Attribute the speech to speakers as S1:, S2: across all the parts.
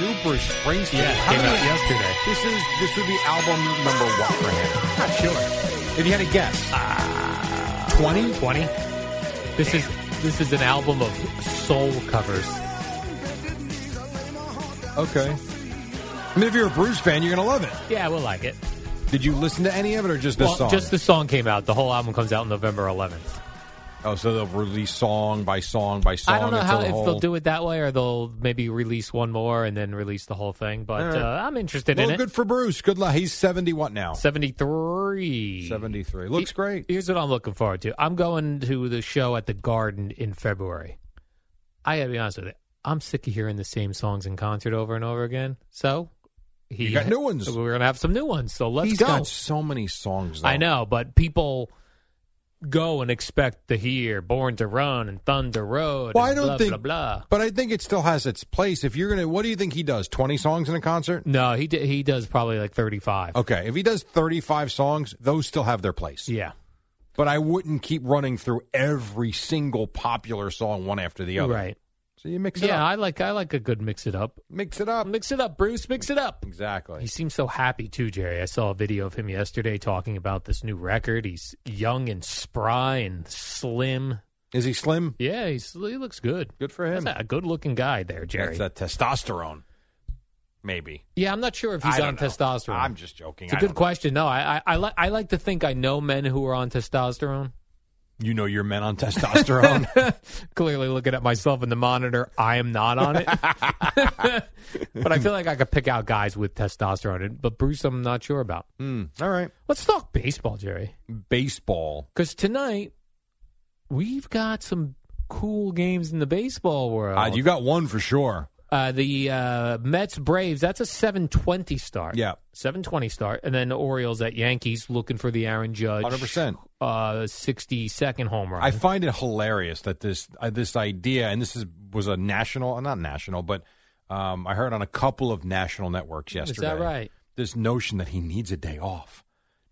S1: New Bruce Springsteen.
S2: Yeah, it
S1: How
S2: came
S1: many-
S2: out yesterday.
S1: This is this would be album number what for him? Not sure. If you had a guess,
S2: Ah.
S1: twenty.
S2: 20. This is this is an album of soul covers.
S1: okay. I mean, if you're a Bruce fan, you're gonna love it.
S2: Yeah, we'll like it.
S1: Did you listen to any of it, or just this
S2: well,
S1: song?
S2: just the song came out. The whole album comes out November 11th.
S1: oh, so they'll release song by song by song.
S2: I don't know
S1: until
S2: how
S1: the
S2: if
S1: whole...
S2: they'll do it that way or they'll maybe release one more and then release the whole thing. But
S1: All
S2: uh,
S1: right.
S2: I'm interested
S1: Well,
S2: in
S1: good
S2: it.
S1: for Bruce. Good luck. He's seventy what now?
S2: 73.
S1: Seventy three. Looks
S2: He-
S1: great.
S2: Here's what I'm looking forward to. I'm going to the show at the Garden in February. I gotta be honest with you. I'm sick of hearing the same songs in concert over and over again. So he
S1: You got new ones.
S2: We're gonna have some new ones. So let's
S1: He's
S2: go.
S1: got so many songs. Though.
S2: I know, but people go and expect to hear "Born to Run" and "Thunder Road."
S1: Well,
S2: and
S1: I don't
S2: blah,
S1: think.
S2: blah blah.
S1: But I think it still has its place. If you're gonna, what do you think he does? Twenty songs in a concert?
S2: No, he d- he does probably like 35.
S1: Okay, if he does 35 songs, those still have their place.
S2: Yeah,
S1: But I wouldn't keep running through every single popular song one after the other.
S2: right.
S1: So you mix it
S2: Yeah,
S1: up.
S2: I like I like a good mix it up.
S1: mix it up.
S2: Mix it up, Bruce. Mix it up.
S1: Exactly.
S2: He seems so happy too, Jerry. I saw a video of him yesterday talking about this new record. He's young and spry and slim.
S1: Is he slim?
S2: Yeah, he's, he looks good.
S1: Good for him.
S2: That's a good looking guy there, Jerry.
S1: That's that testosterone. Maybe.
S2: yeah, I'm not sure if he's
S1: I
S2: on
S1: don't know.
S2: testosterone.
S1: I'm just joking.
S2: it's a
S1: I
S2: good
S1: don't know.
S2: question. No, I I, I, li- I like to think I know men who are on testosterone.
S1: You know your men on testosterone.
S2: Clearly, looking at myself in the monitor, I am not on it. but I feel like I could pick out guys with testosterone. But Bruce, I'm not sure about.
S1: Hmm. All right.
S2: Let's talk baseball, Jerry.
S1: Baseball.
S2: Because tonight we've got some cool games in the baseball world.
S1: Uh, you got one for sure.
S2: Uh, the uh, Mets Braves. That's a seven twenty start.
S1: Yeah.
S2: seven twenty start, and then Orioles at Yankees looking for the Aaron Judge
S1: 100%.
S2: uh, sixty second home run.
S1: I find it hilarious that this uh, this idea, and this is was a national, uh, not national, but um, I heard on a couple of national networks
S2: Is
S1: yesterday.
S2: that right?
S1: This notion that he needs a day off.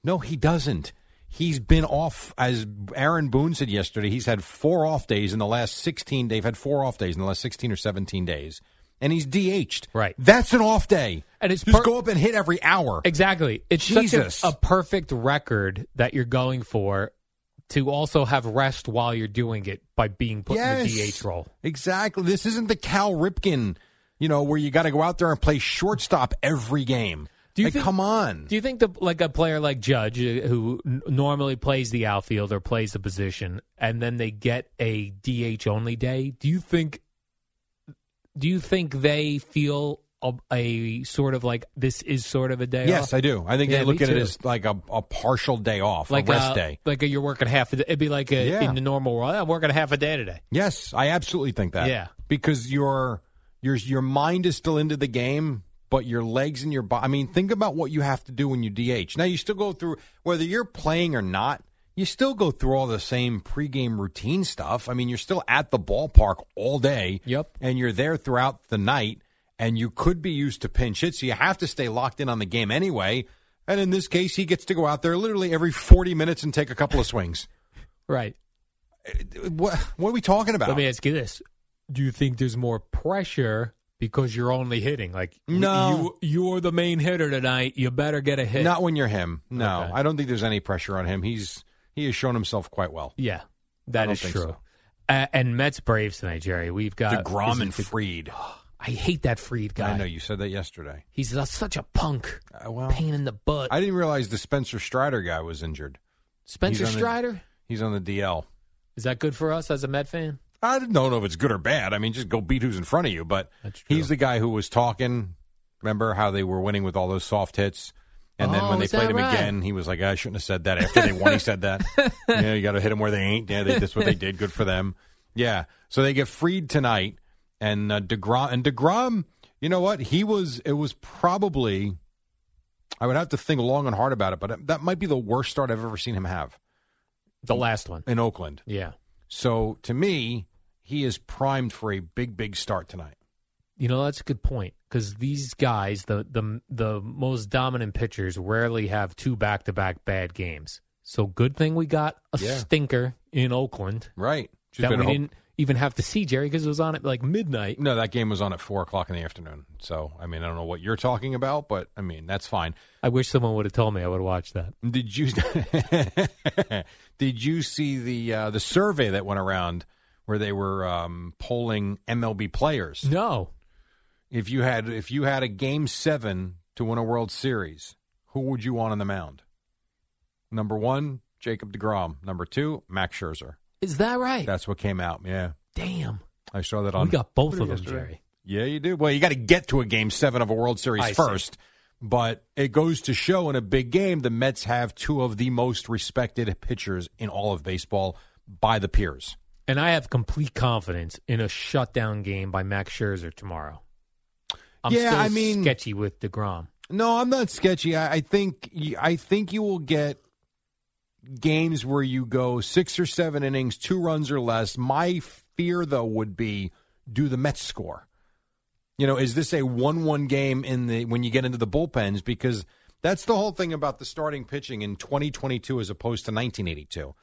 S1: No, he doesn't. He's been off, as Aaron Boone said yesterday. He's had four off days in the last sixteen. They've had four off days in the last sixteen or seventeen days, and he's DH'd.
S2: Right.
S1: That's an off day.
S2: And it's
S1: just
S2: per-
S1: go up and hit every hour.
S2: Exactly. It's
S1: Jesus.
S2: such a, a perfect record that you're going for to also have rest while you're doing it by being put in the DH role.
S1: Exactly. This isn't the Cal Ripken, you know, where you got to go out there and play shortstop every game.
S2: Do you
S1: Like,
S2: think-
S1: come on?
S2: Do you think the like a player like Judge, uh, who n- normally plays the outfield or plays the position, and then they get a DH only day? Do you think? Do you think they feel a, a sort of like this is sort of a day?
S1: yes,
S2: off?
S1: I do. I think
S2: Yeah,
S1: they look
S2: me
S1: at it
S2: too.
S1: as like a, a partial day off,
S2: like
S1: a rest
S2: uh,
S1: day.
S2: Like uh, you're working half. A day. It'd be like a,
S1: Yeah.
S2: in the normal world. I'm working half a day today.
S1: Yes, I absolutely think that.
S2: Yeah.
S1: because your your your mind is still into the game, but your legs and your body. I mean, think about what you have to do when you DH. Now you still go through whether you're playing or not. You still go through all the same pregame routine stuff. I mean, you're still at the ballpark all day.
S2: Yep.
S1: and you're there throughout the night, and you could be used to pinch hit, so you have to stay locked in on the game anyway. And in this case, he gets to go out there literally every 40 minutes and take a couple of swings.
S2: Right. Uh,
S1: What, what are we talking about?
S2: Let me ask you this: Do you think there's more pressure? Because you're only hitting, like
S1: No.
S2: you, you're the main hitter tonight. You better get a hit.
S1: Not when you're him. No,
S2: Okay.
S1: I don't think there's any pressure on him. He's he has shown himself quite well.
S2: Yeah, that
S1: don't
S2: is
S1: think
S2: true.
S1: so.
S2: Uh, and Mets Braves tonight, Jerry. We've got
S1: Degrom
S2: is
S1: and
S2: it Oh, De-
S1: Freed.
S2: I hate that Freed guy.
S1: I know you said that yesterday.
S2: He's a- such a punk,
S1: Uh, well,
S2: pain in the butt.
S1: I didn't realize the Spencer Strider guy was injured.
S2: Spencer
S1: He's on the-
S2: Strider?
S1: He's on the DL.
S2: Is that good for us as a Met fan?
S1: I don't know if it's good or bad. I mean, just go beat who's in front of you. But
S2: That's true.
S1: he's the guy who was talking. Remember how they were winning with all those soft hits? And then
S2: Oh,
S1: when they
S2: is that
S1: played him
S2: right?
S1: again, he was like, I shouldn't have said that. After they won, he said that. You know, you got to hit them where they ain't. Yeah, they, that's what they did. Good for them. Yeah. So they get freed tonight. And uh, DeGrom, and DeGrom, you know what? He was, it was probably, I would have to think long and hard about it, but that might be the worst start I've ever seen him have Mm.
S2: The last one.
S1: in Oakland.
S2: Yeah.
S1: So to me, he is primed for a big, big start tonight.
S2: You know, that's a good point because these guys, the, the the most dominant pitchers, rarely have two back to back bad games. So good thing we got a
S1: Yeah.
S2: stinker in Oakland
S1: Right.
S2: that we didn't even have to see Jerry because it was on at like midnight.
S1: No, that game was on at four o'clock in the afternoon. So I mean, I don't know what you're talking about, but I mean that's fine.
S2: I wish someone would have told me I would have watched that.
S1: Did you did you see the uh, the survey that went around where they were um, polling MLB players?
S2: No.
S1: If you had if you had a game seven to win a World Series, who would you want on the mound? Number one, Jacob Degrom. Number two, Max Scherzer.
S2: Is that right?
S1: That's what came out. Yeah.
S2: Damn.
S1: I saw that on.
S2: We got both of them, Jerry.
S1: yeah, you do. Well, you got to get to a game seven of a World Series
S2: I see.
S1: first. But it goes to show in a big game, the Mets have two of the most respected pitchers in all of baseball by the peers.
S2: And I have complete confidence in a shutdown game by Max Scherzer tomorrow. I'm
S1: Yeah,
S2: still
S1: I mean-
S2: sketchy with DeGrom.
S1: No, I'm not sketchy. I, I think y- I think you will get games where you go six or seven innings, two runs or less. My fear though would be do the Mets score? You know, is this a one-one game in the when you get into the bullpens? Because that's the whole thing about the starting pitching in 2022 as opposed to 1982.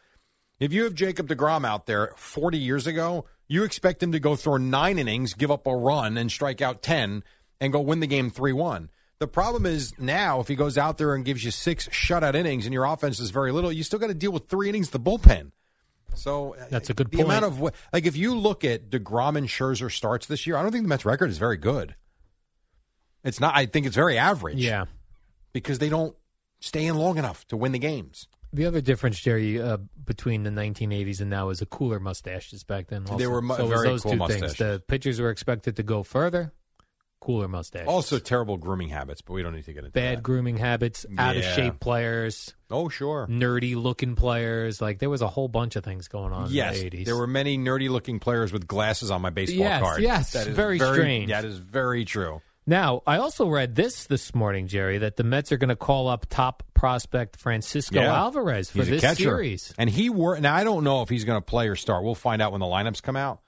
S1: If you have Jacob DeGrom out there 40 years ago, you expect him to go throw nine innings, give up a run, and strike out 10 and go win the game 3 1. The problem is now, if he goes out there and gives you six shutout innings and your offense is very little, you still got to deal with three innings, of the bullpen. So uh,
S2: That's a good
S1: the
S2: point.
S1: amount of wa- like if you look at Degrom and Scherzer starts this year, I don't think the Mets record is very good. It's not. I think it's very average.
S2: Yeah.
S1: because they don't stay in long enough to win the games.
S2: The other difference, Jerry, uh, between the 1980s and now is the cooler mustaches back then. Also.
S1: They were mu-
S2: so it was
S1: very
S2: those
S1: cool
S2: two
S1: mustaches.
S2: things. The pitchers were expected to go further. Cooler mustaches.
S1: Also, terrible grooming habits, but we don't need to get into
S2: bad
S1: that.
S2: grooming habits, out of
S1: Yeah.
S2: shape players,
S1: Oh, sure.
S2: nerdy looking players. Like there was a whole bunch of things going on.
S1: Yes,
S2: in the 80s.
S1: there were many nerdy-looking players with glasses on my baseball
S2: Yes,
S1: card.
S2: yes,
S1: that is
S2: very strange.
S1: That is very true.
S2: Now, I also read this this morning, Jerry, that the Mets are going to call up top prospect Francisco
S1: Yeah.
S2: Alvarez for
S1: He's a
S2: this
S1: catcher.
S2: series.
S1: and he wor Now I don't know if he's going to play or start. We'll find out when the lineups come out.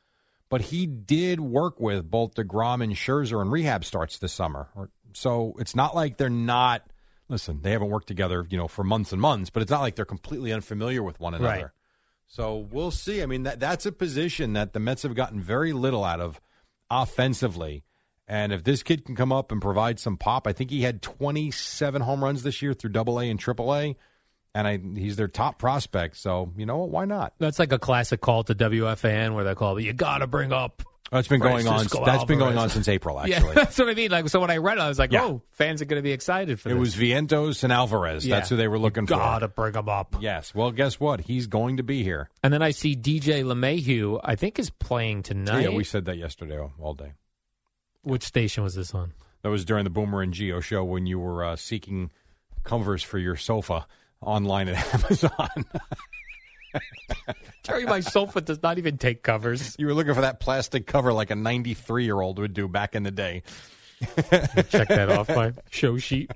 S1: But he did work with both Degrom and Scherzer in rehab starts this summer. Or- So it's not like they're not. Listen, they haven't worked together, you know, for months and months. But it's not like they're completely unfamiliar with one another.
S2: Right.
S1: So we'll see. I mean, that that's a position that the Mets have gotten very little out of offensively. And if this kid can come up and provide some pop, I think he had 27 home runs this year through Double A and Triple A, and I, he's their top prospect. So you know what? Why not?
S2: That's like a classic call to WFAN where they call, you got to bring up.
S1: That's been going on.
S2: Francisco
S1: That's been going
S2: Alvarez.
S1: on since April,
S2: Yeah,
S1: actually.
S2: that's what I mean. Like, so when I read it, I was like,
S1: Yeah.
S2: oh, fans are going to be excited for
S1: It
S2: this.
S1: was Vientos and Alvarez.
S2: Yeah.
S1: That's who they were looking
S2: got
S1: for.
S2: to bring them up.
S1: Yes. Well, guess what? He's going to be here.
S2: And then I see DJ LeMahieu, I think, is playing tonight.
S1: Yeah, we said that yesterday all- all day.
S2: Which station was this on?
S1: That was during the Boomer and Geo show when you were uh, seeking covers for your sofa online at Amazon.
S2: Jerry, my sofa does not even take covers.
S1: you were looking for that plastic cover like a 93 year old would do back in the day.
S2: Check that off my show sheet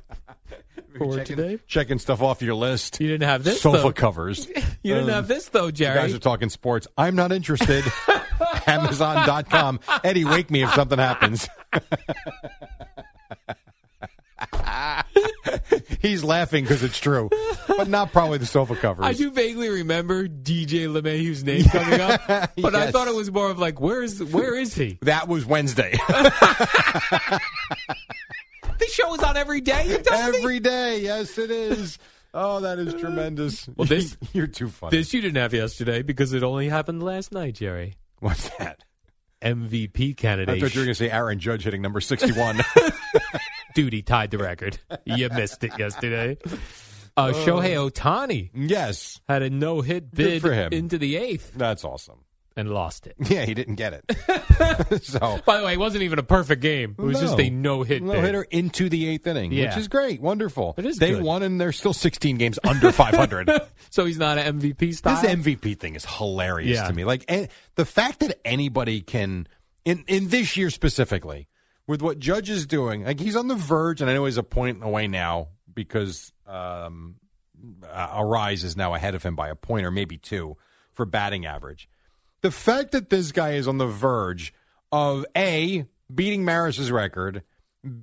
S2: for
S1: checking,
S2: today.
S1: Checking stuff off your list.
S2: You didn't have this.
S1: Sofa
S2: though.
S1: covers.
S2: You didn't
S1: Um,
S2: have this though,
S1: You
S2: Jerry.
S1: guys are talking sports. I'm not interested. Amazon.com. Eddie, wake me if something happens. He's laughing because it's true, but not probably the sofa covers.
S2: I do vaguely remember DJ LeMahieu's name coming up, but I
S1: Yes.
S2: thought it was more of like, where is where is he?
S1: That was Wednesday.
S2: This show is on every day. You tell me
S1: Every day. Yes, it is. Oh, that is tremendous.
S2: Well, this-
S1: You're too funny.
S2: this you didn't have yesterday because it only happened last night, Jerry.
S1: What's that?
S2: MVP
S1: I
S2: candidate
S1: thought you were going to say Aaron Judge hitting number 61.
S2: duty tied the record. You missed it yesterday. Uh, Shohei Otani
S1: Yes,
S2: had a no hit bid
S1: Good for him.
S2: into the eighth
S1: that's awesome.
S2: and lost it.
S1: Yeah, he didn't get it. so
S2: By the way, it wasn't even a perfect game. It was just a no hit
S1: no hitter into the eighth inning, which
S2: Yeah.
S1: is great, wonderful.
S2: It is
S1: they
S2: good.
S1: won, and they're still sixteen games under five hundred.
S2: So he's not an MVP
S1: This
S2: style.
S1: MVP thing is hilarious
S2: Yeah.
S1: to me. Like and the fact that anybody can in in this year specifically with what Judge is doing, like he's on the verge, and I know he's a point away now because um, uh, Arise is now ahead of him by a point or maybe two for batting average. The fact that this guy is on the verge of a beating Maris's record.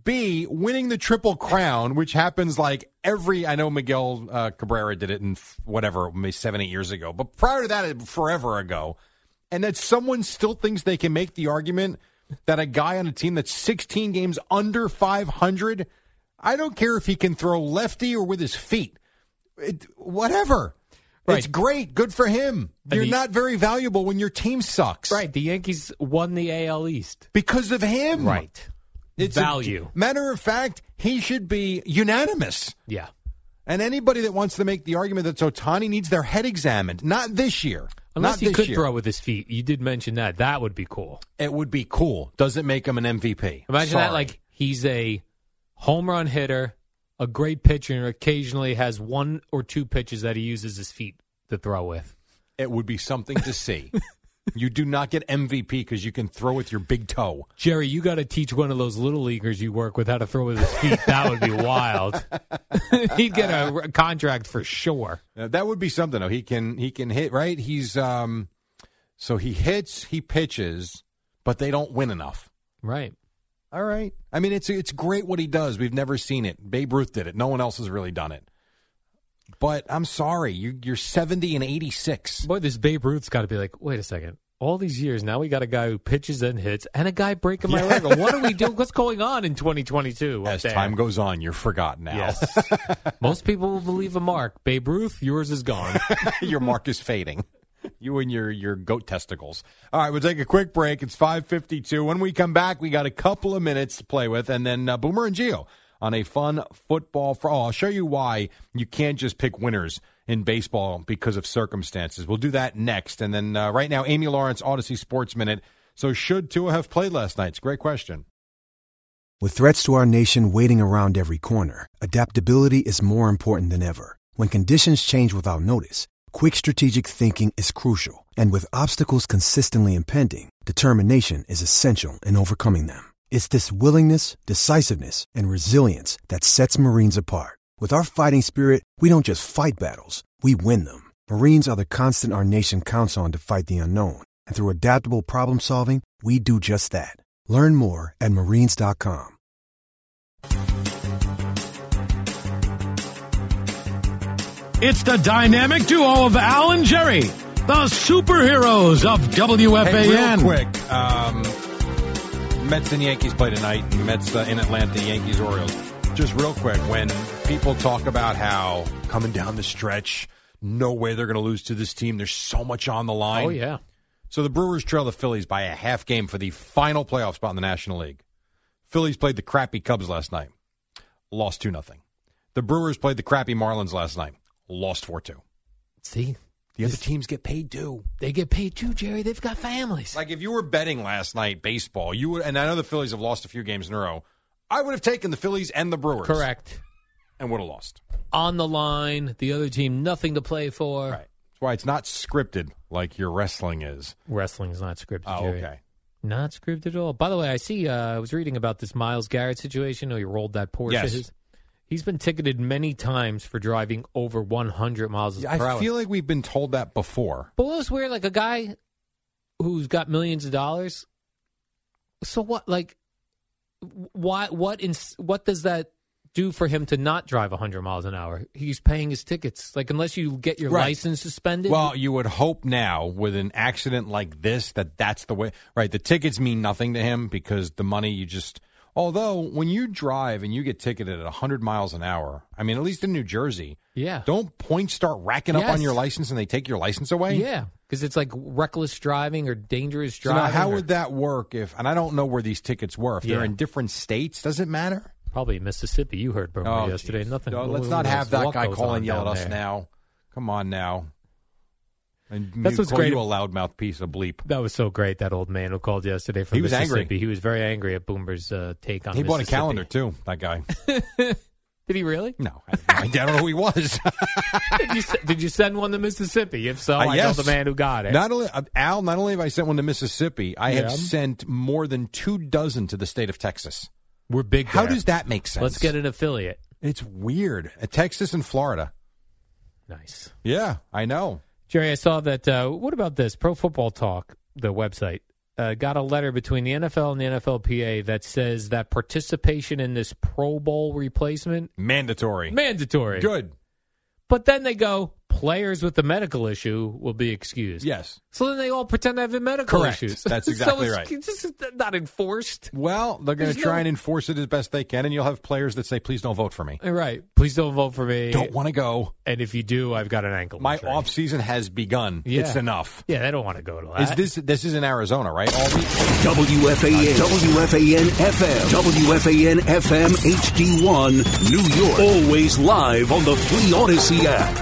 S1: B winning the triple crown, which happens like every. I know Miguel uh, Cabrera did it in f- whatever, maybe seven, eight years ago, but prior to that, forever ago. And that someone still thinks they can make the argument that a guy on a team that's 16 games under 500, I don't care if he can throw lefty or with his feet, it, whatever. It's
S2: Right.
S1: great, good for him.
S2: And
S1: You're
S2: he-
S1: not very valuable when your team sucks,
S2: right. The Yankees won the AL East.
S1: Because of him, a-
S2: Value.
S1: matter of fact, he should be unanimous.
S2: yeah.
S1: And anybody that wants to make the argument that Otani needs their head examined, not this year.
S2: Unless
S1: Not
S2: he
S1: this
S2: could
S1: year.
S2: throw with his feet. You did mention that. That would be cool.
S1: It would be cool. Doesn't make him an MVP.
S2: Imagine
S1: Sorry.
S2: that. Like he's a home run hitter, a great pitcher, and occasionally has one or two pitches that he uses his feet to throw with.
S1: it would be something to see. you do not get MVP because you can throw with your big toe.
S2: Jerry, you got to teach one of those little leaguers you work with how to throw with his feet. That would be wild. He'd get a r- contract for sure.
S1: Now, that would be something though. He can he can hit right. He's um, so he hits, he pitches, but they don't win enough.
S2: Right.
S1: All right. I mean, it's it's great what he does. We've never seen it. Babe Ruth did it. No one else has really done it. But I'm sorry, you, you're 70 and 86.
S2: Boy, this Babe Ruth's got to be like, wait a second. All these years, now we got a guy who pitches and hits, and a guy breaking my record. What are we doing? What's going on in 2022? up
S1: As
S2: there?
S1: time goes on, you're forgotten now.
S2: Yes. Most people will believe a mark. Babe Ruth, yours is gone.
S1: your mark is fading. You and your your goat testicles. All right, we'll take a quick break. It's 5:52. When we come back, we got a couple of minutes to play with and then uh, Boomer and Geo on a fun football for all. I'll show you why you can't just pick winners in baseball because of circumstances. We'll do that next. And then uh, right now Amy Lawrence Odyssey Sports Minute. So should Tua have played last night? It's a great question.
S3: With threats to our nation waiting around every corner, adaptability is more important than ever. When conditions change without notice, quick strategic thinking is crucial, and with obstacles consistently impending, determination is essential in overcoming them. It's this willingness, decisiveness, and resilience that sets Marines apart. With our fighting spirit, we don't just fight battles, we win them. Marines are the constant our nation counts on to fight the unknown, and through adaptable problem solving, we do just that. Learn more at marines.com.
S4: It's the dynamic duo of Al and Jerry, the superheroes of WFAN.
S1: Hey, real quick, um, Mets and Yankees play tonight. Mets uh, in Atlanta, Yankees Orioles. Just real quick, when people talk about how coming down the stretch, no way they're going to lose to this team. There's so much on the line.
S2: oh, yeah.
S1: So the Brewers trail the Phillies by a half game for the final playoff spot in the National League. Phillies played the crappy Cubs last night, lost two nothing. The Brewers played the crappy Marlins last night, lost four two.
S2: See,
S1: The other teams get paid due.
S2: they get paid too, Jerry. They've got families.
S1: Like if you were betting last night baseball, you would, and I know the Phillies have lost a few games in a row. I would have taken the Phillies and the Brewers,
S2: Correct.
S1: and would have lost.
S2: On the line, the other team, nothing to play for.
S1: Right. That's why it's not scripted like your wrestling is.
S2: Wrestling's not scripted,
S1: Oh,
S2: Jerry.
S1: okay.
S2: Not scripted at all. By the way, I see. Uh, I was reading about this Miles Garrett situation. Oh, he rolled that Porsche.
S1: Yes.
S2: His- He's been ticketed many times for driving over 100 miles per hour.
S1: I feel like we've been told that before.
S2: but what was weird, like a guy who's got millions of dollars. So what? Like, wh- why? What? In, what does that do for him to not drive 100 miles an hour? He's paying his tickets. Like, unless you get your
S1: Right.
S2: license suspended.
S1: Well, you would hope now with an accident like this that that's the way. Right, the tickets mean nothing to him because the money you just. Although when you drive and you get ticketed at 100 miles an hour, I mean, at least in New Jersey,
S2: yeah.
S1: don't points start racking up on
S2: Yes.
S1: your license and they take your license away?
S2: Yeah, because it's like reckless driving or dangerous
S1: So now
S2: driving.
S1: how
S2: or-
S1: would that work if, and I don't know where these tickets were, if they're
S2: Yeah.
S1: in different states, does it matter?
S2: probably Mississippi. You heard Burma
S1: Oh,
S2: yesterday.
S1: jeez.
S2: Nothing.
S1: No, let's
S2: what-
S1: not
S2: what
S1: have
S2: else-
S1: that
S2: what
S1: guy
S2: goes
S1: call
S2: on
S1: and yell at
S2: down
S1: us
S2: there?
S1: now. Come on now. And
S2: That's what's
S1: call
S2: great
S1: you a
S2: ab-
S1: loudmouth piece of bleep.
S2: That was so great. That old man who called yesterday from
S1: He was angry.
S2: Mississippi. He was very angry at Boomer's uh, take on.
S1: He bought a
S2: Mississippi.
S1: calendar too. That guy.
S2: Did he really?
S1: No, I, I don't know who he was.
S2: did, you, se- did you send one to Mississippi? If so,
S1: Uh,
S2: I know
S1: yes.
S2: the man who got it.
S1: Not only uh, Al, not only have I sent one to Mississippi, I have
S2: Yeah.
S1: sent more than two dozen to the state of Texas.
S2: We're big.
S1: How
S2: there.
S1: does that make sense?
S2: Let's get an affiliate.
S1: It's weird. Uh, Texas and Florida.
S2: Nice.
S1: Yeah, I know.
S2: Jerry, I saw that. Uh, what about this? Pro Football Talk, the website, uh, got a letter between the NFL and the NFLPA that says that participation in this Pro Bowl replacement
S1: Mandatory.
S2: mandatory.
S1: Good.
S2: But then they go, players with a medical issue will be excused.
S1: Yes.
S2: So then they all pretend to have medical
S1: Correct.
S2: issues.
S1: That's
S2: So
S1: exactly
S2: it's-
S1: right.
S2: It's just not enforced.
S1: Well, they're going to
S2: There's
S1: try
S2: no-
S1: and enforce it as best they can, and you'll have players that say, "Please don't vote for me.
S2: Right. Please don't vote for me.
S1: Don't want to go.
S2: and if you do, I've got an ankle.
S1: My
S2: injury.
S1: off season has begun.
S2: Yeah.
S1: It's enough."
S2: Yeah, they don't want to go to that.
S1: Is this this is in Arizona, right? All the-
S5: WFAN, WFAN FM, WFAN FM HD1, New York. Always live on the Free Odyssey app.